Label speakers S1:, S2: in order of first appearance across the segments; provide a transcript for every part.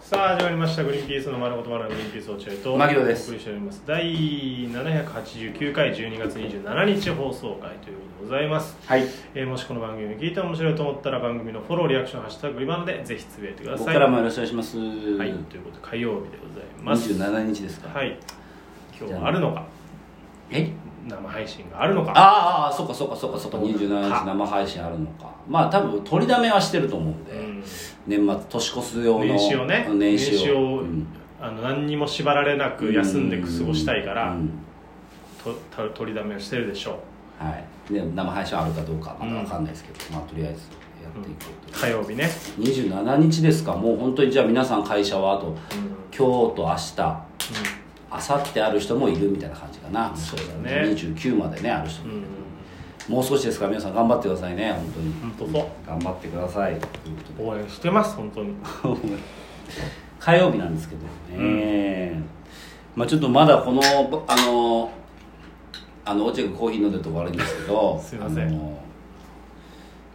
S1: さあ始まりました「グリーンピースの丸ごと丸のグリーンピース落合」と
S2: 牧野です
S1: お送りしております第789回12月27日放送回ということでございます、
S2: はい
S1: えーもしこの番組を聞いて面白いと思ったら番組のフォローリアクション「ハッシュタググリバン」でぜひつぶやいてくださ
S2: 僕
S1: い
S2: からもよろしくお願いします、
S1: はい、ということで火曜日でございます
S2: 27日ですか、
S1: はい今日はあるのか
S2: え
S1: 生配信があるのか
S2: あーあーそっかそっかそっかそっか27日生配信あるのかまあ多分取りだめはしてると思うんで、
S1: うん
S2: 年末年越す用の
S1: 年始をね
S2: 年始を
S1: 年始を
S2: うん
S1: あの何にも縛られなく休んで過ごしたいから、
S2: うん
S1: とた取りだめをしてるでしょ
S2: はい、で生配信あるかどうかまだわかんないですけど、まあとりあえずやっていこう
S1: う
S2: と、
S1: 火曜日ね、
S2: 27日ですかもう本当にじゃあ皆さん会社はあと
S1: うん
S2: 今日と明日明後日ある人もいるみたいな感じかな
S1: そうだね
S2: 29までねある人
S1: うんうん
S2: もう少しですから皆さん頑張ってくださいね本当に
S1: 本当そう
S2: 頑張ってくださいということで
S1: 応援してます本当に
S2: 火曜日なんですけどね、まあちょっとまだこのあのあの落合君コーヒー飲んでるとこ悪いんですけど
S1: すいません
S2: あの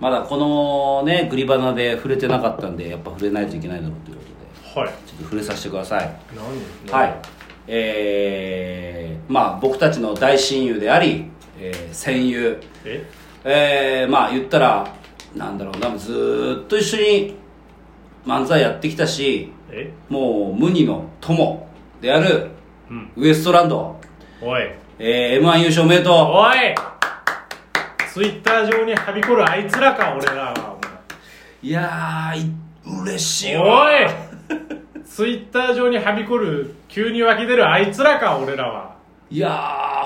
S2: まだこのねグリバナで触れてなかったんでやっぱ触れないといけないだろうということで
S1: はい
S2: ちょっと触れさせてください
S1: 何
S2: はい、えーまあ僕たちの大親友であり、えー戦友
S1: え
S2: えーまあ言ったらなんだろうなずーっと一緒に漫才やってきたし
S1: え
S2: もう無二の友である
S1: うん
S2: ウエストランド、
S1: おい
S2: えー、m 1優勝おめでと
S1: おいツイッター上にはびこるあいつらか俺らは
S2: ういやーい嬉しい
S1: お
S2: わ
S1: 前おいツイッター上にはびこる急に湧き出るあいつらか俺らはい
S2: や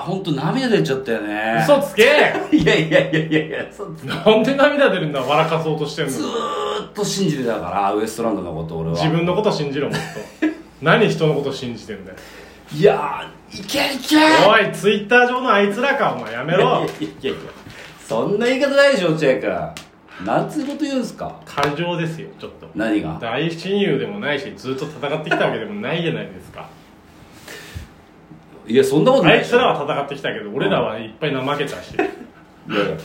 S2: ーほんと涙出ちゃったよね
S1: 嘘つけ
S2: いやいやいやいやいやそうず
S1: なんで涙出るんだ笑かそうとしてんの
S2: ーっと信じてたからウエストランドのこと俺は
S1: 自分のこと信じろもっと何人のこと信じてんだよ
S2: いやーいけいけ
S1: おいツイッター上のあいつらかお前やめろ
S2: いやいやいやいやそんな言い方ないでしょ落合君なんつうこと言うんすか
S1: 過剰ですよちょっと
S2: 何が
S1: 大親友でもないしずっと戦ってきたわけでもないじゃないですか
S2: いやそんなことな
S1: あい
S2: いでし
S1: つ
S2: ょ
S1: らは戦ってきたけど俺らはいっぱい怠けたし
S2: いやいや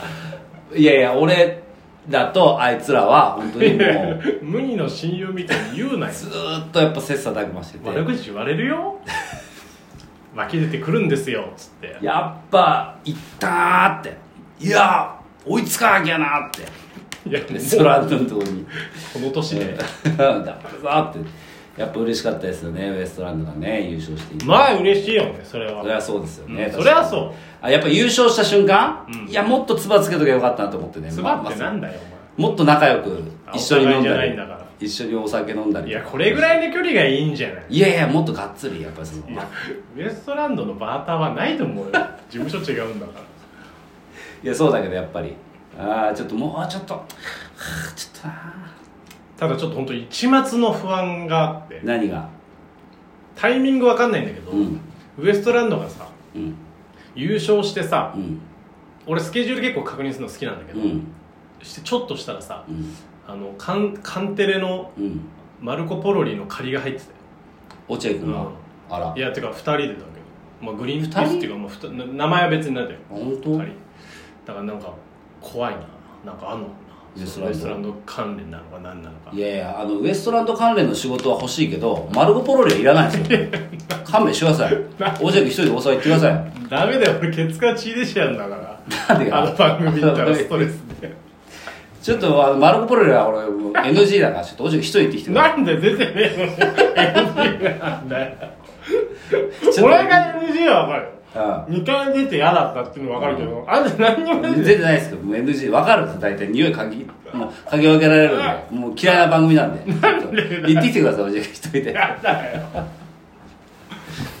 S2: いやいや俺だとあいつらは本当にもう
S1: 無二の親友みたいに言うなよ
S2: ずーっとやっぱ切磋琢磨して
S1: 悪
S2: て
S1: 口言われるよ湧き出てくるんですよつって
S2: やっぱ行ったーっていやー追いつかなきゃなーって
S1: いやも
S2: で
S1: う
S2: ソランドのとこに
S1: この年 で
S2: 頑張るぞーってやっぱ嬉しかったですよねウエストランドがね優勝していて
S1: まあ嬉しいよねそれは
S2: それはそうですよね、
S1: うん
S2: 確
S1: そ
S2: かに
S1: れはそ
S2: あやっぱ優勝した瞬間、
S1: うん
S2: いやもっとつばつけとけばよかったなと思ってね
S1: うつばって
S2: ま
S1: な
S2: あ
S1: んだよ
S2: もっと仲良く
S1: あ
S2: 一緒に飲ん
S1: お
S2: だ
S1: 互い
S2: り
S1: じゃないんだから
S2: 一緒にお酒飲んだ
S1: お前
S2: り
S1: いやこれぐらいの距離がいいんじゃない
S2: いやいやもっとがっつりやっぱりその
S1: いやウエストランドのバーターはないと思うよ事務所違うんだから
S2: いやそうだけどやっぱりああちょっともうちょっとはあちょっとな
S1: ただちょっと本当一抹の不安があって
S2: 何が
S1: タイミングわかんないんだけど、
S2: うん
S1: ウエストランドがさ
S2: うん
S1: 優勝してさ
S2: うん
S1: 俺スケジュール結構確認するの好きなんだけ
S2: う
S1: ど、
S2: ん
S1: してちょっとしたらさ
S2: うん
S1: あのカンカンテレの
S2: うん
S1: マルコ・ポロリの仮が入ってたよ
S2: 落合君が、
S1: うん
S2: あら
S1: いやてか2人でだけど、まあ、グリーンピースっていうか、まあ、ふたな名前は別になってよ
S2: 本当
S1: 2人だからなんか怖いななんかあんのか
S2: ウ
S1: な
S2: エス
S1: そ
S2: ト
S1: の
S2: ランド
S1: ウエストランド関連なのか何なのか
S2: いやいやあのウエストランド関連の仕事は欲しいけどマルコ・ポロリはいらないですよ 勘弁してください落合君一人で大阪行ってください
S1: ダメだよ俺ケツから血出ちゃうんだから
S2: なんでか
S1: あの番組行ったらストレス で
S2: ちょっとあのマルコ・ポロリは俺もう NG だからちょっとおじく一人行ってきてください
S1: なんで出てねえの NG なんだ よ
S2: ちょっと
S1: 俺が NG は分かるよ
S2: う
S1: 2回出て嫌だったっていうの分かるけど、あんた何にも
S2: ん
S1: 出て
S2: 出てないですけどもう NG 分かるんです大体匂い嗅ぎもう嗅ぎ分けられるんでもう嫌いな番組なんでちょっと行ってきてくださいおじく一人で
S1: 嫌だよ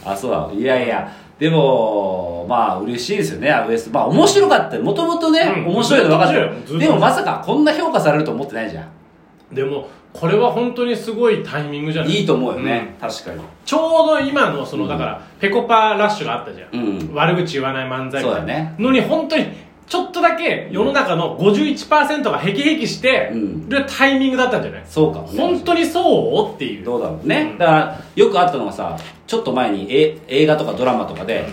S2: あそうだいやいやでもまあ嬉しいですよねウエストまあ面白かったもともとね、
S1: うん
S2: 面白いの分かって
S1: ずっと面白い
S2: るでもまさかこんな評価されると思ってないじゃん
S1: でもこれは本当にすごいタイミングじゃない
S2: いいと思うよね、確かに
S1: ちょうど今のそのだから、ペコパラッシュがあったじゃん、
S2: うん
S1: 悪口言わない漫才みたいな
S2: そうだね
S1: のに本当にちょっとだけ世の中の51%がヘキヘキして
S2: うん
S1: るタイミングだったんじゃない、
S2: そうかもね
S1: 本当にそうっていう
S2: どうだろうね、
S1: うん
S2: だからよくあったのがさちょっと前にえ映画とかドラマとかで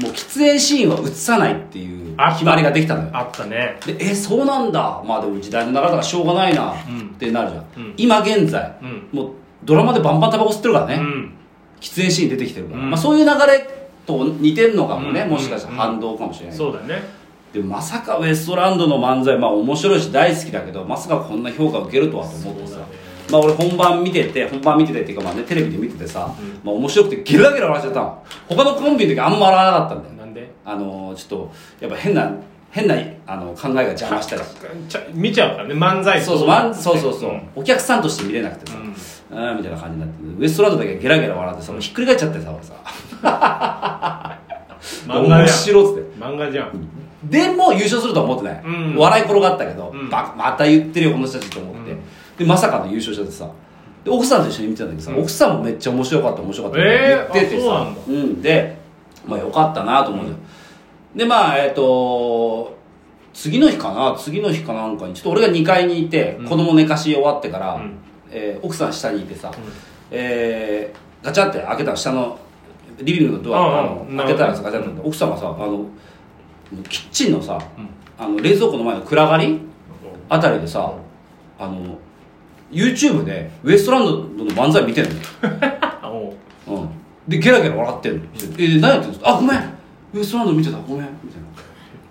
S2: もう喫煙シーンは映さないっていう
S1: あ
S2: 決まりができたのよ
S1: あったね
S2: でえそうなんだまあでも時代の流れだからしょうがないなってなるじゃん、
S1: うん
S2: 今現在、
S1: うん
S2: もうドラマでバンバンタバコ吸ってるからね、
S1: うん
S2: 喫煙シーン出てきてるか
S1: う
S2: ら、
S1: ん
S2: まあ、そういう流れと似てんのかもね、
S1: うん
S2: もしかしたら反動かもしれない、
S1: そうだね
S2: でまさかウエストランドの漫才まあ面白いし大好きだけどまさかこんな評価受けるとはと思っ
S1: そ
S2: て
S1: う
S2: さ、
S1: だね
S2: まあ俺本番見てて本番見ててっていうかまあねテレビで見ててさ、
S1: うん
S2: まあ面白くてゲラゲラ笑っちゃったの他のコンビの時あんま笑わなかったんだよね
S1: なんで
S2: あのーちょっとやっぱ変な変なあの考えが邪魔したり
S1: ちゃ見ちゃうからね漫才
S2: そうそう
S1: 漫
S2: 漫そうそうそう、お客さんとして見れなくてさ、
S1: うん
S2: あーみたいな感じになってウエストランドだけゲラゲラ笑ってさもうひっくり返っちゃってさ俺さ
S1: 漫画
S2: 面
S1: じ
S2: 白っつって
S1: ゃん漫画じゃん
S2: でも優勝するとは思ってない、
S1: うん
S2: 笑い転がったけど、
S1: うん
S2: ばまた言ってるよこの人たちと思って、
S1: うん
S2: でまさかの優勝しちゃってさで奥さんと一緒に見てたんだけどさ、
S1: うん
S2: 奥さんもめっちゃ面白かった面白かった
S1: えー
S2: 言ってて
S1: あ
S2: さ、うん、でまあよかったなと思うじゃん、でまあえっ、と次の日かな次の日かなんかにちょっと俺が2階にいて、
S1: うん
S2: 子供寝かし終わってから、
S1: うん
S2: えー奥さん下にいてさ、
S1: うん
S2: えーガチャって開けたら下のリビングのドアあ
S1: ああ
S2: の
S1: なるほど
S2: 開けたらさガチャってなって奥さんがさあのキッチンのさ
S1: うん
S2: あの冷蔵庫の前の暗がりあたりでさあの YouTube でウエストランドの漫才見てんの
S1: あおう
S2: うん、でゲラゲラ笑ってんの「え何やってんですか?」「あごめんウエストランド見てたごめん」みたい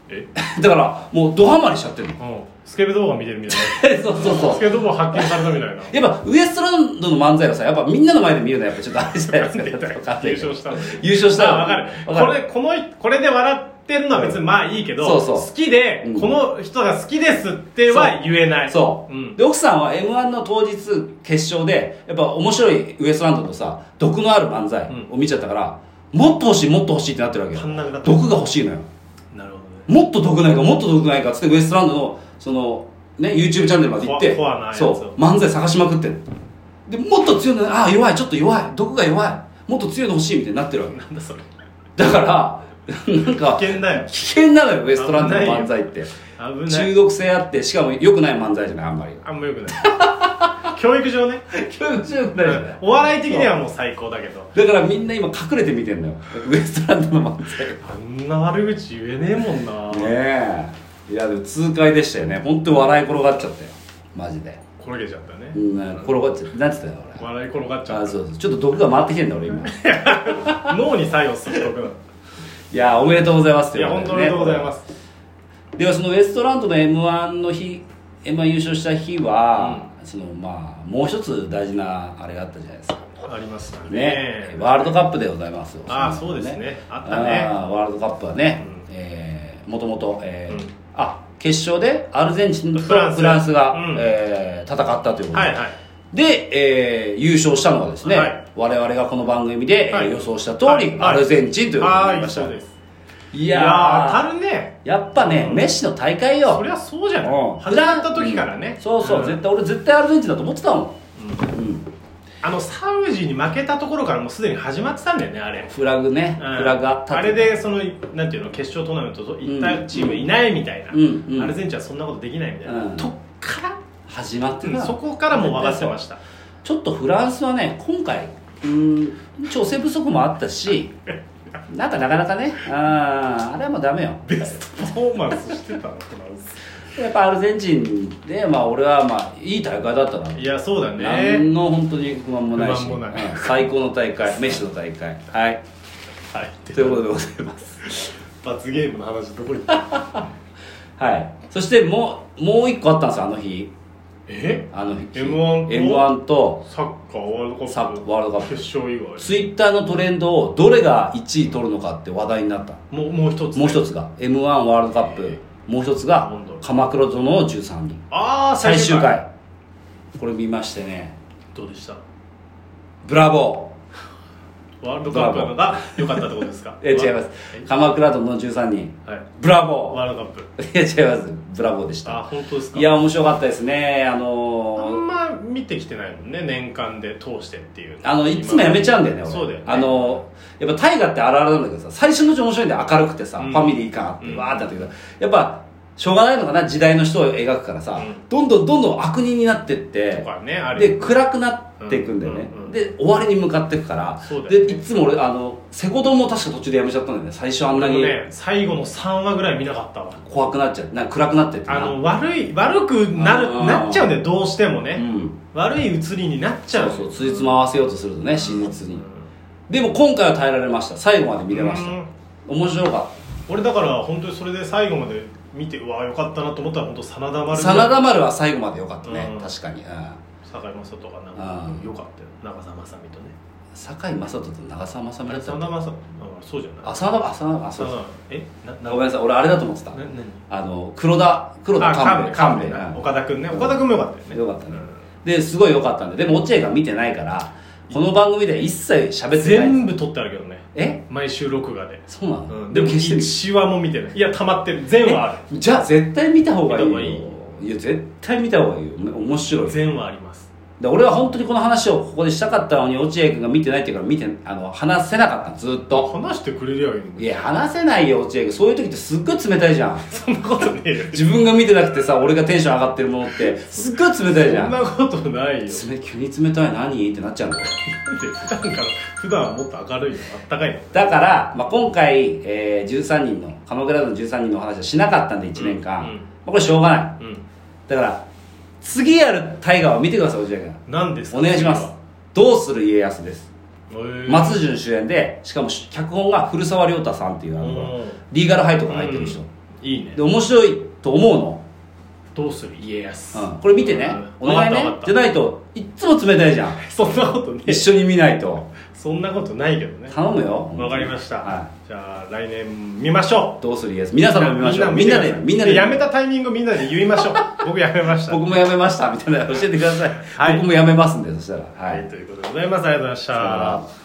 S1: え
S2: な だからもうドハマりしちゃってんの
S1: おうスケベ動画見てるみたい
S2: そうそう
S1: な
S2: そ
S1: ス
S2: う
S1: ケベ動画発見されたみたいな
S2: やっぱウエストランドの漫才はさやっぱみんなの前で見るのはやっぱちょっとあれじゃないですか
S1: 優勝したの
S2: 優勝した
S1: あわかるこれこのこれで笑ってるのは別にまあいいけど
S2: そうそう
S1: 好きで、
S2: うん
S1: この人が好きですっては言えない
S2: そう、
S1: うん
S2: で奥さんは m 1の当日決勝でやっぱ面白いウエストランドのさ毒のある漫才を見ちゃったから、もっと欲しいもっと欲しいってなってるわけよ
S1: 足んなくなった
S2: 毒が欲しいのよ
S1: なるほどね
S2: もっと毒ないかもっと毒ないかっつってウエストランドのその、ね、YouTube チャンネルまで行って
S1: コアコアなやつ
S2: そ
S1: を
S2: う漫才探しまくってんのでもっと強いのああ弱いちょっと弱い毒が弱いもっと強いの欲しいみたいになってるわけ
S1: なんだそれ
S2: だからなんか
S1: 危険だよ
S2: 危険なのよウエストランドの漫才って
S1: 危な
S2: 中
S1: い
S2: 毒性あってしかも良くない漫才じゃないあんまり
S1: あんまよくない教育上ね
S2: 教育中毒ないじゃない
S1: お笑い的にはもう最高だけど
S2: だからみんな今隠れて見てんのよウエストランドの漫才ね
S1: あんな悪口言えねえもんな、
S2: えいやでも痛快でしたよね本当笑い転がっちゃったよマジで
S1: 転げちゃったね、
S2: うん転がっちゃなんつったよ俺
S1: 笑い転がっちゃ
S2: あ
S1: っ
S2: そうそうちょっと毒が回ってきてんだ俺 今
S1: た脳に作用する僕なの
S2: いやおめでとうございますって
S1: いや
S2: こ
S1: 本当
S2: と
S1: にお
S2: で
S1: めでと
S2: ね
S1: うございます
S2: ではそのウエストランドの m 1の日 m 1優勝した日は、そのまあもう一つ大事なあれがあったじゃないですか
S1: ありましたね
S2: ね、ワールドカップでございますよ
S1: あーそうですねあったね
S2: あーワールドカップはね
S1: うん、
S2: えーもともと、えー
S1: うん
S2: あ決勝でアルゼンチンとフ
S1: フラ
S2: ラ
S1: ンス
S2: ンスが、
S1: うん
S2: えー戦ったということ
S1: は
S2: で、
S1: いはい
S2: で、えー優勝したのがですね、
S1: はい
S2: 我々がこの番組で、えー
S1: はい
S2: 予想した通り、
S1: はいはい
S2: アルゼンチンということにな
S1: は
S2: りま
S1: い
S2: した、
S1: そうです
S2: い
S1: い
S2: や
S1: や
S2: ー
S1: ー当たるね
S2: やっぱね、メッシの大会よ
S1: そりゃそうじゃない
S2: うん
S1: 始まった時からね
S2: うんそうそう、
S1: ん
S2: 絶対俺絶対アルゼンチンだと思ってたもん、うん
S1: あのサウジに負けたところからもうすでに始まってたんだよねあれ
S2: フラグね、
S1: うん
S2: フラグが立って
S1: あれでそのなんていうの決勝トーナメントと行ったチームいないみたいな、
S2: うんうん
S1: アルゼンチンはそんなことできないみたいな、
S2: うん
S1: とっから、
S2: 始まってた、
S1: そこからもう分かってました
S2: ちょっとフランスはね今回うーん調整不足もあったしなんかなかなかねあーあれはもうダメよ
S1: ベストパフォーマンスしてたのフ ランス
S2: やっぱアルゼンチンでまあ俺はまあいい大会だったない
S1: やそうだ
S2: 何
S1: ね
S2: の本当に不満もないし
S1: 不満もない
S2: うん最高の大 会メッシの大会はい
S1: はい
S2: ということでございます
S1: 罰ゲームの話どこ行った
S2: はいそしてもうもう一個あったんですよあの日
S1: え
S2: あの日
S1: M1 と
S2: M1 と
S1: サッカーワールドカップ
S2: サッワールドカップ
S1: 決勝以外
S2: ツイッターのトレンドをどれが1位取るのかって話題になった
S1: もうもう一つね、
S2: もう一つが m 1ワールドカップもう一つが
S1: なんだろう
S2: 鎌倉殿の13人
S1: ああ
S2: 最終回これ見ましてね
S1: どうでした
S2: ブラボ
S1: ワールドカップなのが良かったってことですか
S2: ーえ違います鎌倉殿の13人
S1: はいはい
S2: ブラボ
S1: ワールドカップ
S2: ーいや違いますブラボーでし
S1: あ
S2: た
S1: 本当ですか
S2: いや面白かったですねあ
S1: あ
S2: のー
S1: んま見てきてないもんね年間で通してっていう
S2: あのいつもやめちゃうんだよね俺
S1: そうだよね
S2: あのーやっぱ大河ってあるあるなんだけどさ最初のうち面白いんだよ明るくてさ、
S1: うん
S2: ファミリー感あって
S1: うん
S2: わーってなったけどやっぱしょうがないのかな時代の人を描くからさ、
S1: うん
S2: どんどんどんどん悪人になってって
S1: とかねあれ
S2: で暗くなっていくんだよね、
S1: うんうんうん
S2: で終わりに向かっていくから、
S1: そうだよね
S2: でいつも俺あのセコドンも確か途中でやめちゃったんだよね最初あんな
S1: 俺も
S2: に
S1: ね最後の3話ぐらい見なかったわ
S2: 怖くなっちゃってなんか暗くなってってな
S1: あの悪い悪くなる
S2: あー
S1: なっちゃうんだよどうしても
S2: う
S1: ね、
S2: ん
S1: 悪い移りになっちゃ
S2: そううそうついつま合わせようとするとね真実にでも今回は耐えられました最後まで見れました
S1: うん
S2: 面白かっ
S1: 俺だから本当にそれで最後まで見てうわよかったなと思ったら本当真田
S2: た
S1: 丸
S2: 真田丸は最後まで良かったね、
S1: うん
S2: 確かに、うん、
S1: 坂井雅人とかなん
S2: あ
S1: か
S2: ー
S1: よかったよ長澤まさみとね
S2: 堺井雅人と長澤まさみ
S1: あ
S2: だ
S1: れ
S2: った
S1: 真
S2: よ
S1: 田まさあそうじゃない
S2: 浅田浅田あそ
S1: 真
S2: うそう
S1: 田えなな
S2: ごめんなさい俺あれだと思ってた
S1: な何
S2: あの黒田黒田
S1: あ
S2: 勘兵衛
S1: 神戸
S2: 勘兵
S1: 神
S2: 衛
S1: 戸
S2: うん
S1: 岡田君ね岡田君もよかったよね
S2: よかったね
S1: うん
S2: ですごい良かったんででも落合が見てないからこの番組では一切喋ってない
S1: 全部撮ってあるけどね
S2: え
S1: 毎週録画で、
S2: そうなの、
S1: うん、でも
S2: 消してる
S1: 1話も見てないいや溜まってる全話あ
S2: じゃあ絶対見た方がいいよ
S1: 見た方
S2: いや絶対見た方がいいよめ面白
S1: る
S2: い
S1: 全話あります
S2: で俺は本当にこの話をここでしたかったのに落合君が見てないっていうから見てあの話せなかったずっと
S1: 話してくれりゃいいの
S2: い
S1: に
S2: や話せないよ落合君そういう時ってすっごい冷たいじゃん
S1: そんなことねえよ
S2: 自分が見てなくてさ俺がテンション上がってるものってすっごい冷たいじゃ
S1: そん
S2: ん
S1: なことないよ
S2: 冷急に冷たい何ってなっちゃうの
S1: 普段から普段はもっと明るいのあったかいの
S2: だから、まあ、今回、えー、13人の鎌倉の13人のお話はしなかったんで1年間、
S1: うんうん
S2: まあ、これしょうがな
S1: う
S2: い
S1: ん
S2: だから次やる大河を見てください落合君
S1: 何ですか
S2: お願いしますどうする家康です
S1: 次はへえ
S2: 松潤主演でしかも脚本が古澤亮太さんっていうあの
S1: うん
S2: リーガルハイとか入ってる人、
S1: うんいいね
S2: で面白いと思うの
S1: どうする家康、
S2: うん、これ見てね、
S1: うん
S2: お願
S1: わか
S2: い
S1: っ
S2: ね
S1: た
S2: じゃ
S1: わかっ
S2: ないといっつも冷たい じゃん
S1: たそんなことねえ
S2: 一緒に見ないと
S1: そんなことないけどね
S2: 頼むよ
S1: わかりました、
S2: は
S1: じゃあ来年見ましょう
S2: い、どうする家康皆さんも見ましょうみんなでみんなで
S1: やめたタイミングみんなで言いま しょう僕やめました
S2: 僕もやめましたみたいなの教えてください、
S1: はい
S2: 僕もやめますんでそしたらは
S1: はいいということでございますありがとうございまし
S2: さよな
S1: た
S2: ら